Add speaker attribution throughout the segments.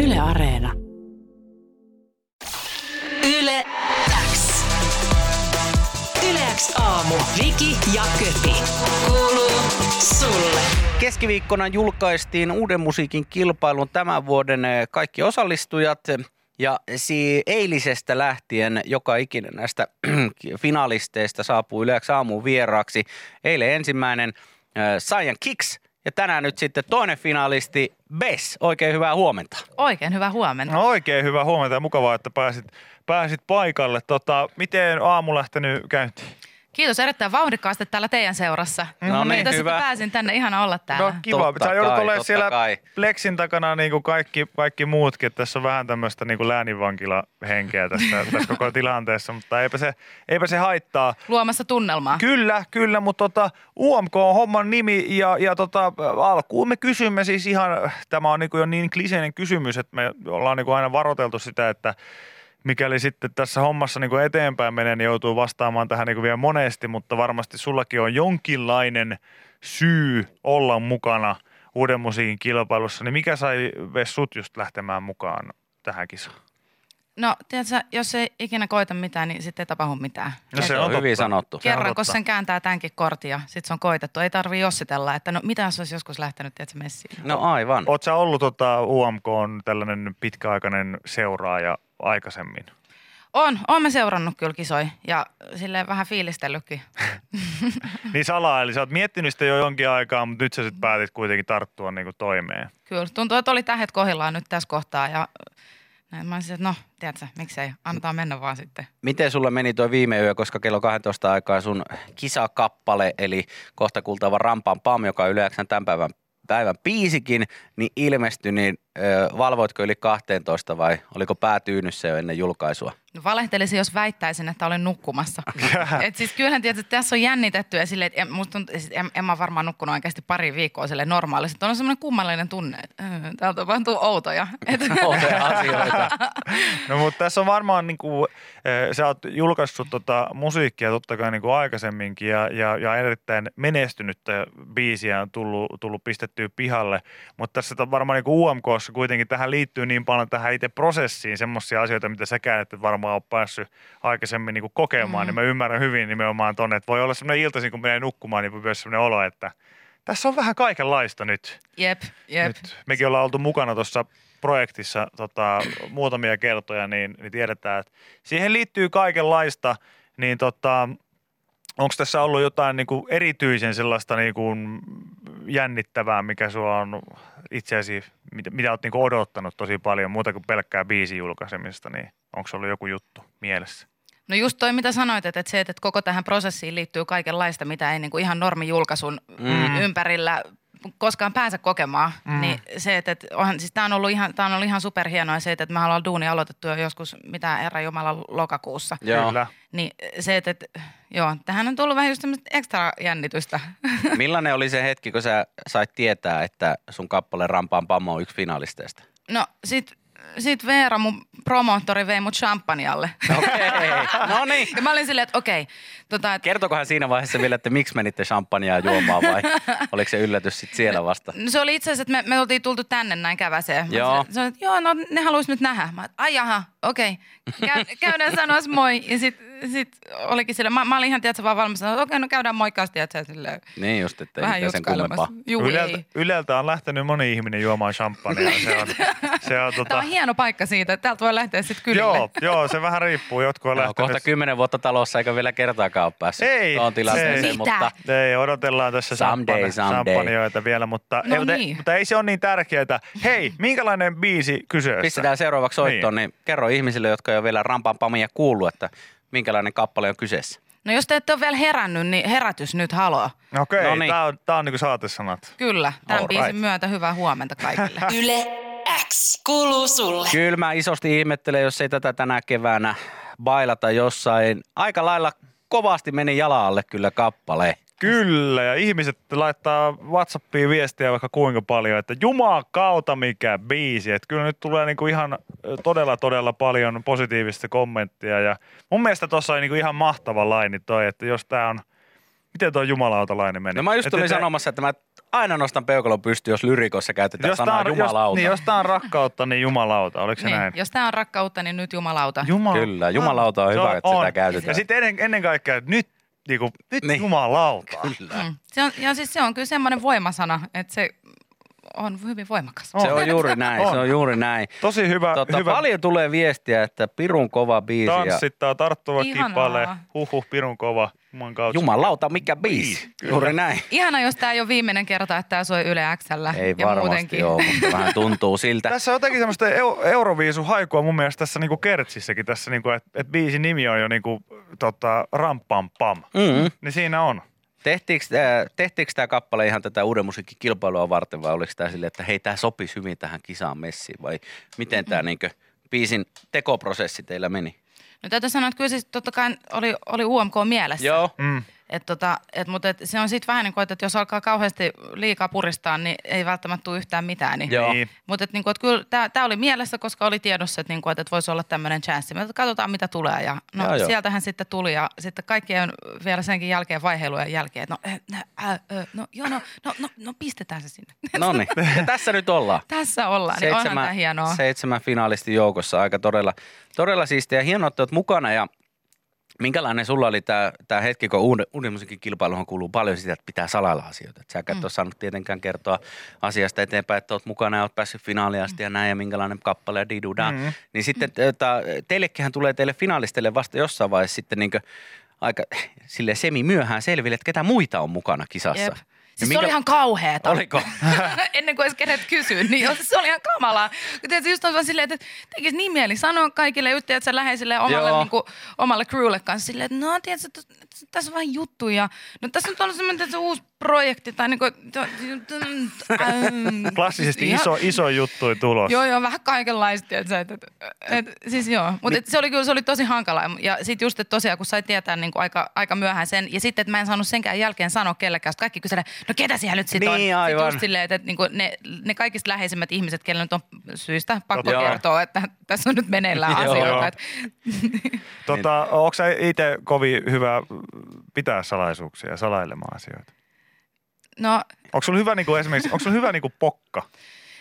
Speaker 1: Yle Areena.
Speaker 2: Yle X. Yle X aamu. Viki ja Köpi. Kuuluu sulle.
Speaker 3: Keskiviikkona julkaistiin uuden musiikin kilpailun tämän vuoden eh, kaikki osallistujat. Ja si- eilisestä lähtien joka ikinen näistä finalisteista saapuu yleensä aamuun vieraaksi. Eilen ensimmäinen äh, Saiyan Kicks ja tänään nyt sitten toinen finalisti Bess. Oikein hyvää huomenta.
Speaker 4: Oikein hyvää huomenta.
Speaker 5: No oikein hyvä huomenta ja mukavaa, että pääsit, pääsit paikalle. Tota, miten aamu lähtenyt käyntiin?
Speaker 4: Kiitos erittäin vauhdikkaasti täällä teidän seurassa.
Speaker 3: No niin,
Speaker 4: Kiitos,
Speaker 3: hyvä.
Speaker 4: että pääsin tänne. Ihan olla täällä.
Speaker 5: No kiva.
Speaker 3: Totta
Speaker 5: Sä joudut
Speaker 3: kai,
Speaker 5: olemaan
Speaker 3: totta
Speaker 5: siellä
Speaker 3: kai.
Speaker 5: Plexin takana niin kuin kaikki, kaikki muutkin. että Tässä on vähän tämmöistä niin kuin lääninvankilahenkeä tässä, tässä koko tilanteessa, mutta eipä se, eipä se haittaa.
Speaker 4: Luomassa tunnelmaa.
Speaker 5: Kyllä, kyllä, mutta tota, UMK on homman nimi ja, ja tota, alkuun me kysymme siis ihan, tämä on niin jo niin kliseinen kysymys, että me ollaan niin aina varoiteltu sitä, että mikäli sitten tässä hommassa niin eteenpäin menee, niin joutuu vastaamaan tähän niin vielä monesti, mutta varmasti sullakin on jonkinlainen syy olla mukana uuden musiikin kilpailussa, niin mikä sai Ves sut just lähtemään mukaan tähän kisaan?
Speaker 4: No, tiedätkö, jos ei ikinä koita mitään, niin sitten ei tapahdu mitään.
Speaker 5: No
Speaker 4: Et
Speaker 5: se on
Speaker 3: hyvin
Speaker 5: totta.
Speaker 3: sanottu.
Speaker 5: on
Speaker 4: Kerran,
Speaker 5: totta.
Speaker 4: kun sen kääntää tämänkin kortin ja sitten se on koitettu. Ei tarvii jossitella, että no mitä jos olisi joskus lähtenyt, tiedätkö, messiin.
Speaker 3: No aivan.
Speaker 5: Mm. Oot sä ollut tota, UMK on tällainen pitkäaikainen seuraaja aikaisemmin?
Speaker 4: On, oon mä seurannut kyllä kisoi ja silleen vähän fiilistellytkin.
Speaker 5: Niin salaa, eli sä oot miettinyt sitä jo jonkin aikaa, mutta nyt sä sitten päätit kuitenkin tarttua niinku toimeen.
Speaker 4: Kyllä, tuntuu, että oli tähet kohdillaan nyt tässä kohtaa ja näin mä olisin, että no, tiedätkö, miksei, antaa mennä vaan sitten.
Speaker 3: Miten sulla meni tuo viime yö, koska kello 12 aikaa sun kisakappale, eli kohta kuultava Rampan Pam, joka on yleensä tämän päivän, päivän biisikin, niin ilmestyi, niin ö, valvoitko yli 12 vai oliko pää tyynyssä jo ennen julkaisua?
Speaker 4: No valehtelisin, jos väittäisin, että olen nukkumassa. Et siis kyllähän tietysti että tässä on jännitetty ja silleen, että en, musta tuntuu, siis en, en mä ole varmaan nukkunut oikeasti pari viikkoa sille normaalisti. On semmoinen kummallinen tunne, että äh, täällä tapahtuu outoja. Et,
Speaker 3: Outoja asioita.
Speaker 5: No mutta tässä on varmaan, niinku, eh, sä oot julkaissut tota musiikkia totta kai niinku aikaisemminkin ja, ja, ja erittäin menestynyttä biisiä on tullut, tullut pistettyä pihalle. Mutta tässä on varmaan niinku UMKssa kuitenkin tähän liittyy niin paljon tähän itse prosessiin semmoisia asioita, mitä säkään et varmaan ole päässyt aikaisemmin niinku kokemaan. Mm-hmm. Niin mä ymmärrän hyvin nimenomaan tonne, että voi olla semmoinen iltaisin, kun menee nukkumaan, niin myös semmoinen olo, että tässä on vähän kaikenlaista nyt.
Speaker 4: jep, jep.
Speaker 5: Nyt mekin ollaan oltu mukana tuossa projektissa tota, muutamia kertoja, niin, niin tiedetään, että siihen liittyy kaikenlaista, niin tota, onko tässä ollut jotain niin kuin erityisen sellaista niin kuin jännittävää, mikä sua on itseäsi, mitä, mitä olet niin kuin odottanut tosi paljon, muuta kuin pelkkää biisin julkaisemista, niin onko ollut joku juttu mielessä?
Speaker 4: No just toi, mitä sanoit, että että se, että koko tähän prosessiin liittyy kaikenlaista, mitä ei niinku ihan normijulkaisun mm. ympärillä koskaan pääse kokemaan, mm. niin se, että, että onhan, siis tää on ollut ihan, tää on ollut ihan superhienoa se, että, että me ollaan duuni aloitettu jo joskus, mitä Herra Jumala lokakuussa.
Speaker 3: Joo.
Speaker 5: Kyllä.
Speaker 4: Niin se, että, että joo, tähän on tullut vähän just semmoista ekstra jännitystä.
Speaker 3: Millainen oli se hetki, kun sä sait tietää, että sun kappale Rampaan Pam on yksi finalisteista?
Speaker 4: No sit, sit Veera, mun promoottori, vei mut champanjalle.
Speaker 3: Okei, no niin.
Speaker 4: Ja mä olin silleen, että okei, tota, että
Speaker 3: Kertokohan siinä vaiheessa vielä, että miksi menitte champagnea juomaan vai oliko se yllätys sitten siellä vasta?
Speaker 4: No se oli itse asiassa, että me, me oltiin tultu tänne näin käväseen. Mä
Speaker 3: Joo.
Speaker 4: sanoin, että joo, no ne haluaisi nyt nähdä. Mä, oon, ai jaha, okei. Käy, käydään sanoa moi. Ja sit, sit olikin sillä, mä, mä olin ihan tiedätkö vaan valmis. Sanoin, että okei, no käydään moikkaasti. Ja sä silleen,
Speaker 3: Niin just, että ei
Speaker 4: vähän
Speaker 3: mitään sen kummempaa.
Speaker 4: jutkailemassa. Juu,
Speaker 5: Yleltä,
Speaker 4: ei.
Speaker 5: yleltä on lähtenyt moni ihminen juomaan champagnea. Se on, se
Speaker 4: Tämä
Speaker 5: on, tota,
Speaker 4: on hieno paikka siitä, että täältä voi lähteä sitten kylille.
Speaker 5: joo, joo, se vähän riippuu. Jotkut on
Speaker 3: Joo,
Speaker 5: lähtenyt
Speaker 3: kohta kymmenen vuotta talossa eikä vielä kertaakaan ole päässyt
Speaker 5: Ei,
Speaker 3: tuohon tilanteeseen,
Speaker 4: ei.
Speaker 3: mutta
Speaker 5: Ei, odotellaan tässä
Speaker 3: Someday,
Speaker 5: sampan-
Speaker 3: someday.
Speaker 5: sampanjoita vielä, mutta,
Speaker 4: No
Speaker 5: ei, mutta-
Speaker 4: niin.
Speaker 5: mutta ei se ole niin tärkeää. Hei, minkälainen biisi kyseessä?
Speaker 3: pistetään seuraavaksi soittoon, niin. niin kerro ihmisille, jotka ei ole vielä rampan pamia kuullut, että minkälainen kappale on kyseessä.
Speaker 4: No jos te ette ole vielä herännyt, niin herätys nyt haloo.
Speaker 5: Okei,
Speaker 3: No
Speaker 5: no
Speaker 3: niin.
Speaker 5: niin. tämä on, tää on niinku saatesanat.
Speaker 4: Kyllä, tämän
Speaker 5: All
Speaker 4: biisin
Speaker 5: right.
Speaker 4: myötä hyvää huomenta kaikille.
Speaker 2: Yle X. Kuuluu sulle.
Speaker 3: Kyllä mä isosti ihmettelen, jos ei tätä tänä keväänä bailata jossain. Aika lailla kovasti meni jalalle kyllä kappale.
Speaker 5: Kyllä, ja ihmiset laittaa Whatsappiin viestiä vaikka kuinka paljon, että jumakauta mikä biisi. Että kyllä nyt tulee niinku ihan ö, todella todella paljon positiivista kommenttia. Ja mun mielestä tuossa on niinku ihan mahtava laini toi, että jos tämä on... Miten tuo jumalautalainen meni?
Speaker 3: No mä just
Speaker 5: Että-
Speaker 3: tulin
Speaker 5: että-
Speaker 3: sanomassa, että mä aina nostan peukalon pystyyn, jos lyrikossa käytetään
Speaker 5: Jos
Speaker 3: sanaa
Speaker 5: tää on, jos,
Speaker 3: jumalauta.
Speaker 5: niin, jos tää on rakkautta, niin jumalauta. Oliko se
Speaker 4: Niin,
Speaker 5: näin?
Speaker 4: jos tämä on rakkautta, niin nyt jumalauta.
Speaker 5: Jumala.
Speaker 3: Kyllä, jumalauta on
Speaker 5: Se
Speaker 3: hyvä, että sitä
Speaker 5: Ja
Speaker 3: käytetään.
Speaker 5: sitten ennen, ennen kaikkea, että nyt, niinku, nyt
Speaker 3: Niin.
Speaker 5: niin. jumalauta.
Speaker 3: Kyllä.
Speaker 4: Mm. Se on, ja siis se on kyllä semmoinen voimasana, että se on hyvin voimakas.
Speaker 5: On.
Speaker 3: Se on juuri näin, se
Speaker 5: On.
Speaker 3: on juuri näin.
Speaker 5: Tosi hyvä,
Speaker 3: Tota,
Speaker 5: hyvä
Speaker 3: paljon tulee viestiä, että pirun kova biisi ja
Speaker 5: tanssittaa, tarttuva
Speaker 4: Ihanaa.
Speaker 5: kipale, huhhuh, pirun kova, juman kautta.
Speaker 3: jumalauta, mikä biisi. Juuri näin.
Speaker 4: Ihana, jos tämä ei ole viimeinen kerta, että tämä soi Yle Xllä
Speaker 3: Ei
Speaker 4: ja
Speaker 3: varmasti
Speaker 4: muutenkin.
Speaker 3: ole, mutta vähän tuntuu siltä.
Speaker 5: Tässä on jotenkin semmoista eu- euroviisun haikua mun mielestä tässä niinku Kertsissäkin, tässä niinku, että et biisin nimi on jo niinku, tota, rampam pam.
Speaker 3: Mm.
Speaker 5: Niin siinä on.
Speaker 3: Tehtiinkö, tehtiinkö tämä kappale ihan tätä uuden musiikin kilpailua varten vai oliko tämä silleen, että hei tämä sopisi hyvin tähän kisaan messiin vai miten tämä niinkö biisin tekoprosessi teillä meni?
Speaker 4: No täytyy sanoa, että kyllä siis totta kai oli, oli UMK mielessä.
Speaker 3: Joo.
Speaker 5: Mm.
Speaker 4: Et tota, et, mutta et se on sitten vähän niin kuin, että jos alkaa kauheasti liikaa puristaa, niin ei välttämättä tule yhtään mitään. Niin.
Speaker 3: Joo.
Speaker 5: Niin.
Speaker 4: Mutta et, niinku, et kyllä tämä oli mielessä, koska oli tiedossa, että niinku, et, et voisi olla tämmöinen chanssi. Me katsotaan, mitä tulee. Ja, no,
Speaker 3: Joo, joo.
Speaker 4: sieltähän sitten tuli ja sitten kaikkien vielä senkin jälkeen vaiheilujen jälkeen, että no, äh, äh, äh, no, joo, no, no, no, no, pistetään se sinne.
Speaker 3: No niin, ja tässä nyt ollaan.
Speaker 4: Tässä ollaan, niin onhan tämä hienoa.
Speaker 3: seitsemän finaalistin joukossa. Aika todella, todella siistiä. Hienoa, että olet mukana ja minkälainen sulla oli tämä, tämä hetki, kun uuden, uuden musiikin kilpailuhan kuuluu paljon sitä, että pitää salailla asioita. Et sä et mm. ole saanut tietenkään kertoa asiasta eteenpäin, että olet mukana ja olet päässyt finaaliin asti
Speaker 4: Mm.
Speaker 3: ja näin ja minkälainen kappale ja didudaa. Mm.
Speaker 5: Mm.
Speaker 3: Niin sitten tota, teillekin tulee teille finalisteille vasta jossain vaiheessa sitten niinkö aika sille semi myöhään selville, että ketä muita on mukana kisassa.
Speaker 4: Jep.
Speaker 3: Ja
Speaker 4: Siis se oli ihan kauheata.
Speaker 3: Oliko?
Speaker 4: Ennen kuin edes kerät kysyä, niin se oli ihan kamalaa. Kun Tiedätkö, just on vaan silleen, että tekisi niin mieli sanoa kaikille just tiedätkö, läheisille ja omalle,
Speaker 3: Joo.
Speaker 4: niin kuin, omalle crewlle kanssa silleen, että no tiedätkö, tos- tos- tässä on vähän juttuja. No tässä nyt on semmoinen tiedätkö, uusi projekti tai niin kuin, to- ähm,
Speaker 5: Klassisesti
Speaker 4: ihan-
Speaker 5: iso, iso juttu tulos.
Speaker 4: Joo, joo, vähän kaikenlaista, tiedätkö, et, et, et, siis joo,
Speaker 3: Niin.
Speaker 4: mutta se oli kyllä se oli tosi hankala. Ja sitten just, että tosiaan, kun sai tietää niin kuin aika, aika myöhään sen, ja sitten, että mä en saanut senkään jälkeen sanoa kellekään, koska kaikki kyselee, no ketä siellä nyt sitten on?
Speaker 3: Niin,
Speaker 4: Sit
Speaker 3: aivan.
Speaker 4: just silleen, että, että niin kuin ne, ne kaikista läheisimmät ihmiset, kenellä nyt on syystä pakko
Speaker 3: Totta.
Speaker 4: kertoa, että tässä on nyt meneillään
Speaker 3: Joo,
Speaker 5: joo.
Speaker 4: asioita. Et,
Speaker 5: Tota,
Speaker 3: Niin.
Speaker 5: onko sä itse kovin hyvä pitää salaisuuksia ja salailemaan asioita?
Speaker 4: no,
Speaker 5: Onko sulla hyvä niinku esimerkiksi, onko sulla hyvä niinku pokka?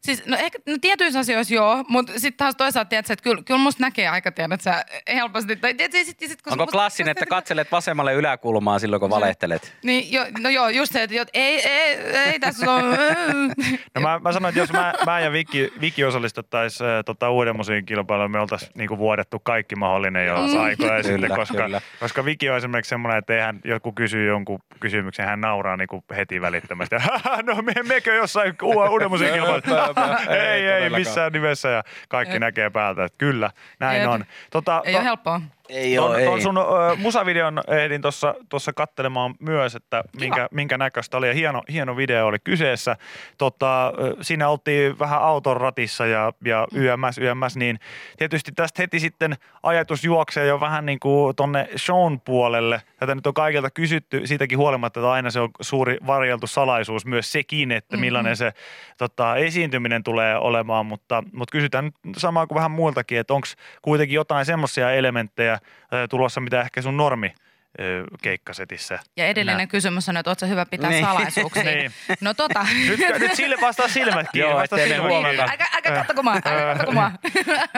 Speaker 4: Siis, no ehkä no tietyissä asioissa joo, mutta sitten taas toisaalta tiedät, että kyllä, kyllä musta näkee aika tiedät, sä helposti. Tai, tiedät, sit, sit, kun,
Speaker 3: Onko
Speaker 4: mut-
Speaker 3: klassinen, että katselet vasemmalle yläkulmaa silloin, kun valehtelet?
Speaker 4: Niin, jo, no joo, just se, että jot, ei, ei, ei tässä on. mm.
Speaker 5: No mä, mä sanoin, että jos mä, mä ja Viki, Viki osallistuttaisiin tota, uuden musiikin kilpailuun, me oltaisiin niinku vuodettu kaikki mahdollinen jo
Speaker 4: Mm.
Speaker 5: aikoja
Speaker 3: Kyllä,
Speaker 5: sitten, koska,
Speaker 3: kyllä.
Speaker 5: koska Viki on esimerkiksi semmoinen, että eihän joku kysyy jonkun kysymyksen, hän nauraa niinku heti välittömästi. Haha, no me, mekö jossain u- uuden musiikin kilpailuun?
Speaker 3: Ei, ei
Speaker 5: ei, ei,
Speaker 3: todellakaan.
Speaker 5: missään nimessä ja kaikki
Speaker 4: Jep.
Speaker 5: näkee päältä, että kyllä, näin
Speaker 4: Jep.
Speaker 5: on. Tota,
Speaker 4: ei
Speaker 5: no-
Speaker 4: ole helppoa.
Speaker 3: Ei
Speaker 5: Ton, ton sun ö, musavideon ehdin tuossa tossa kattelemaan myös, että minkä, minkä näköistä oli. Ja hieno, hieno video oli kyseessä. Tota, ö, siinä oltiin vähän auton ratissa ja, ja
Speaker 3: Mm.
Speaker 5: YMS, YMS, niin tietysti tästä heti sitten ajatus juoksee jo vähän niin kuin tonne shown puolelle. Tätä nyt on kaikilta kysytty siitäkin huolimatta, että aina se on suuri varjeltu salaisuus myös sekin, että millainen se tota, esiintyminen tulee olemaan. Mutta, mutta kysytään nyt samaa kuin vähän muiltakin, että onko kuitenkin jotain semmoisia elementtejä ö, tulossa, mitä ehkä sun normi ö, keikkasetissä.
Speaker 4: Ja edellinen
Speaker 5: Nä-
Speaker 4: kysymys on, että ootko sä hyvä pitää
Speaker 3: Niin.
Speaker 4: niin. salaisuuksia?
Speaker 5: Niin.
Speaker 4: No tota.
Speaker 5: Nyt, nyt sille vastaa silmät kiinni.
Speaker 3: Joo,
Speaker 5: vastaa
Speaker 3: ettei ne
Speaker 5: silmät
Speaker 3: huomata.
Speaker 5: kiinni.
Speaker 4: Aika, aika kattoko mua, aika kattoko mua.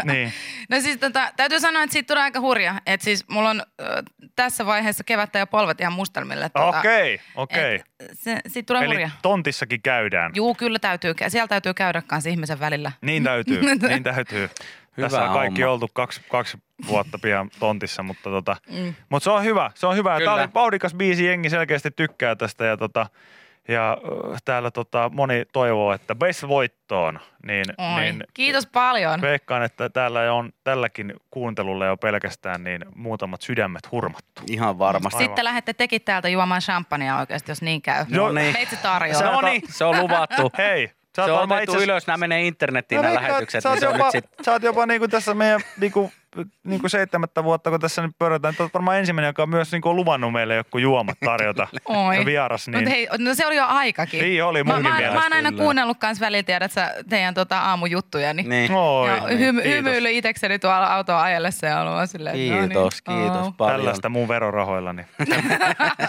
Speaker 5: Niin.
Speaker 4: No siis tota, täytyy sanoa, että siitä tulee aika hurja. Että siis mulla on äh, tässä vaiheessa kevättä ja polvet ihan mustelmille. tota,
Speaker 5: Okei, okei.
Speaker 4: et se- Siitä tulee
Speaker 5: Eli
Speaker 4: hurja.
Speaker 5: tontissakin käydään.
Speaker 4: Juu, kyllä täytyy. kä- Siellä täytyy käydä kanssa ihmisen välillä.
Speaker 5: Niin täytyy, niin täytyy.
Speaker 3: Hyvä
Speaker 5: Tässä on kaikki
Speaker 3: homma.
Speaker 5: oltu kaksi, kaksi vuotta pian tontissa, mutta tota, mm. mut se on hyvä. Se on hyvä. Tämä
Speaker 3: Kyllä.
Speaker 5: oli vauhdikas biisi, jengi selkeästi tykkää tästä ja, tota, ja ö, täällä tota, moni toivoo, että best voittoon. Niin,
Speaker 4: Oi,
Speaker 5: niin
Speaker 4: kiitos paljon.
Speaker 5: veikkaan, että täällä on tälläkin kuuntelulla jo pelkästään niin muutamat sydämet hurmattu.
Speaker 3: Ihan varmasti.
Speaker 5: Aivan.
Speaker 4: Sitten lähette tekin täältä juomaan champagnea oikeasti, jos niin käy.
Speaker 5: No niin.
Speaker 4: Meitsi tarjoaa.
Speaker 5: Sä
Speaker 3: No
Speaker 5: oot-
Speaker 3: niin, se on luvattu.
Speaker 5: Hei, sä
Speaker 3: se
Speaker 5: oot
Speaker 3: on
Speaker 5: varmaan
Speaker 3: otettu
Speaker 5: itse-
Speaker 3: ylös, nämä menee internetiin nämä
Speaker 5: veikkaan,
Speaker 3: No niin, lähetykset,
Speaker 5: No niin, sä oot
Speaker 3: niin se on
Speaker 5: jopa,
Speaker 3: nyt sit
Speaker 5: sä oot jopa niinku tässä meidän niinku niin kuin seitsemättä vuotta, kun tässä nyt pöydätään, niin varmaan ensimmäinen, joka on myös niin kuin luvannut meille joku juomat tarjota.
Speaker 4: Oi.
Speaker 5: Ja vieras, niin
Speaker 4: Mut hei, no se oli jo aikakin.
Speaker 5: Niin oli
Speaker 4: mä,
Speaker 5: munkin
Speaker 4: mä,
Speaker 5: mielestä,
Speaker 4: mä oon aina
Speaker 3: kyllä.
Speaker 4: kuunnellut kans välillä, tiedät sä, teidän tota aamujuttuja, niin,
Speaker 3: Niin.
Speaker 5: Oi,
Speaker 4: ja hymy,
Speaker 5: kiitos.
Speaker 4: hymyily itekseni tuolla autoa ajellessa ja ollut vaan silleen, että no
Speaker 3: Kiitos,
Speaker 4: niin,
Speaker 3: kiitos
Speaker 4: au.
Speaker 3: paljon.
Speaker 5: Tällaista mun verorahoilla, niin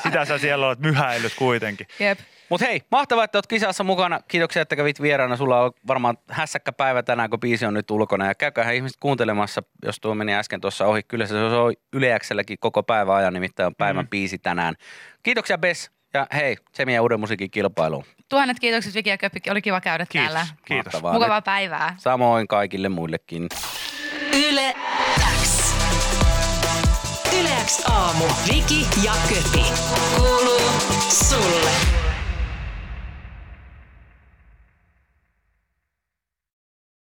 Speaker 5: sitä sä siellä olet myhäillyt kuitenkin.
Speaker 4: Jep.
Speaker 3: Mutta hei, mahtavaa, että oot kisassa mukana. Kiitoksia, että kävit vieraana. Sulla on varmaan hässäkkä päivä tänään, kun biisi on nyt ulkona. Ja käykää ihmiset kuuntelemassa, jos tuo meni äsken tuossa ohi. Kyllä se on yleäkselläkin koko päivän ajan, nimittäin on päivän mm. biisi tänään. Kiitoksia Bes ja hei, se meidän uuden musiikin kilpailuun.
Speaker 4: Tuhannet kiitokset Viki ja Köppi, oli kiva käydä täällä.
Speaker 5: Kiitos. Kiitos.
Speaker 3: Mahtavaa.
Speaker 4: Mukavaa päivää.
Speaker 3: Samoin kaikille muillekin.
Speaker 2: Yle X. Yle X aamu. Viki ja Köpi.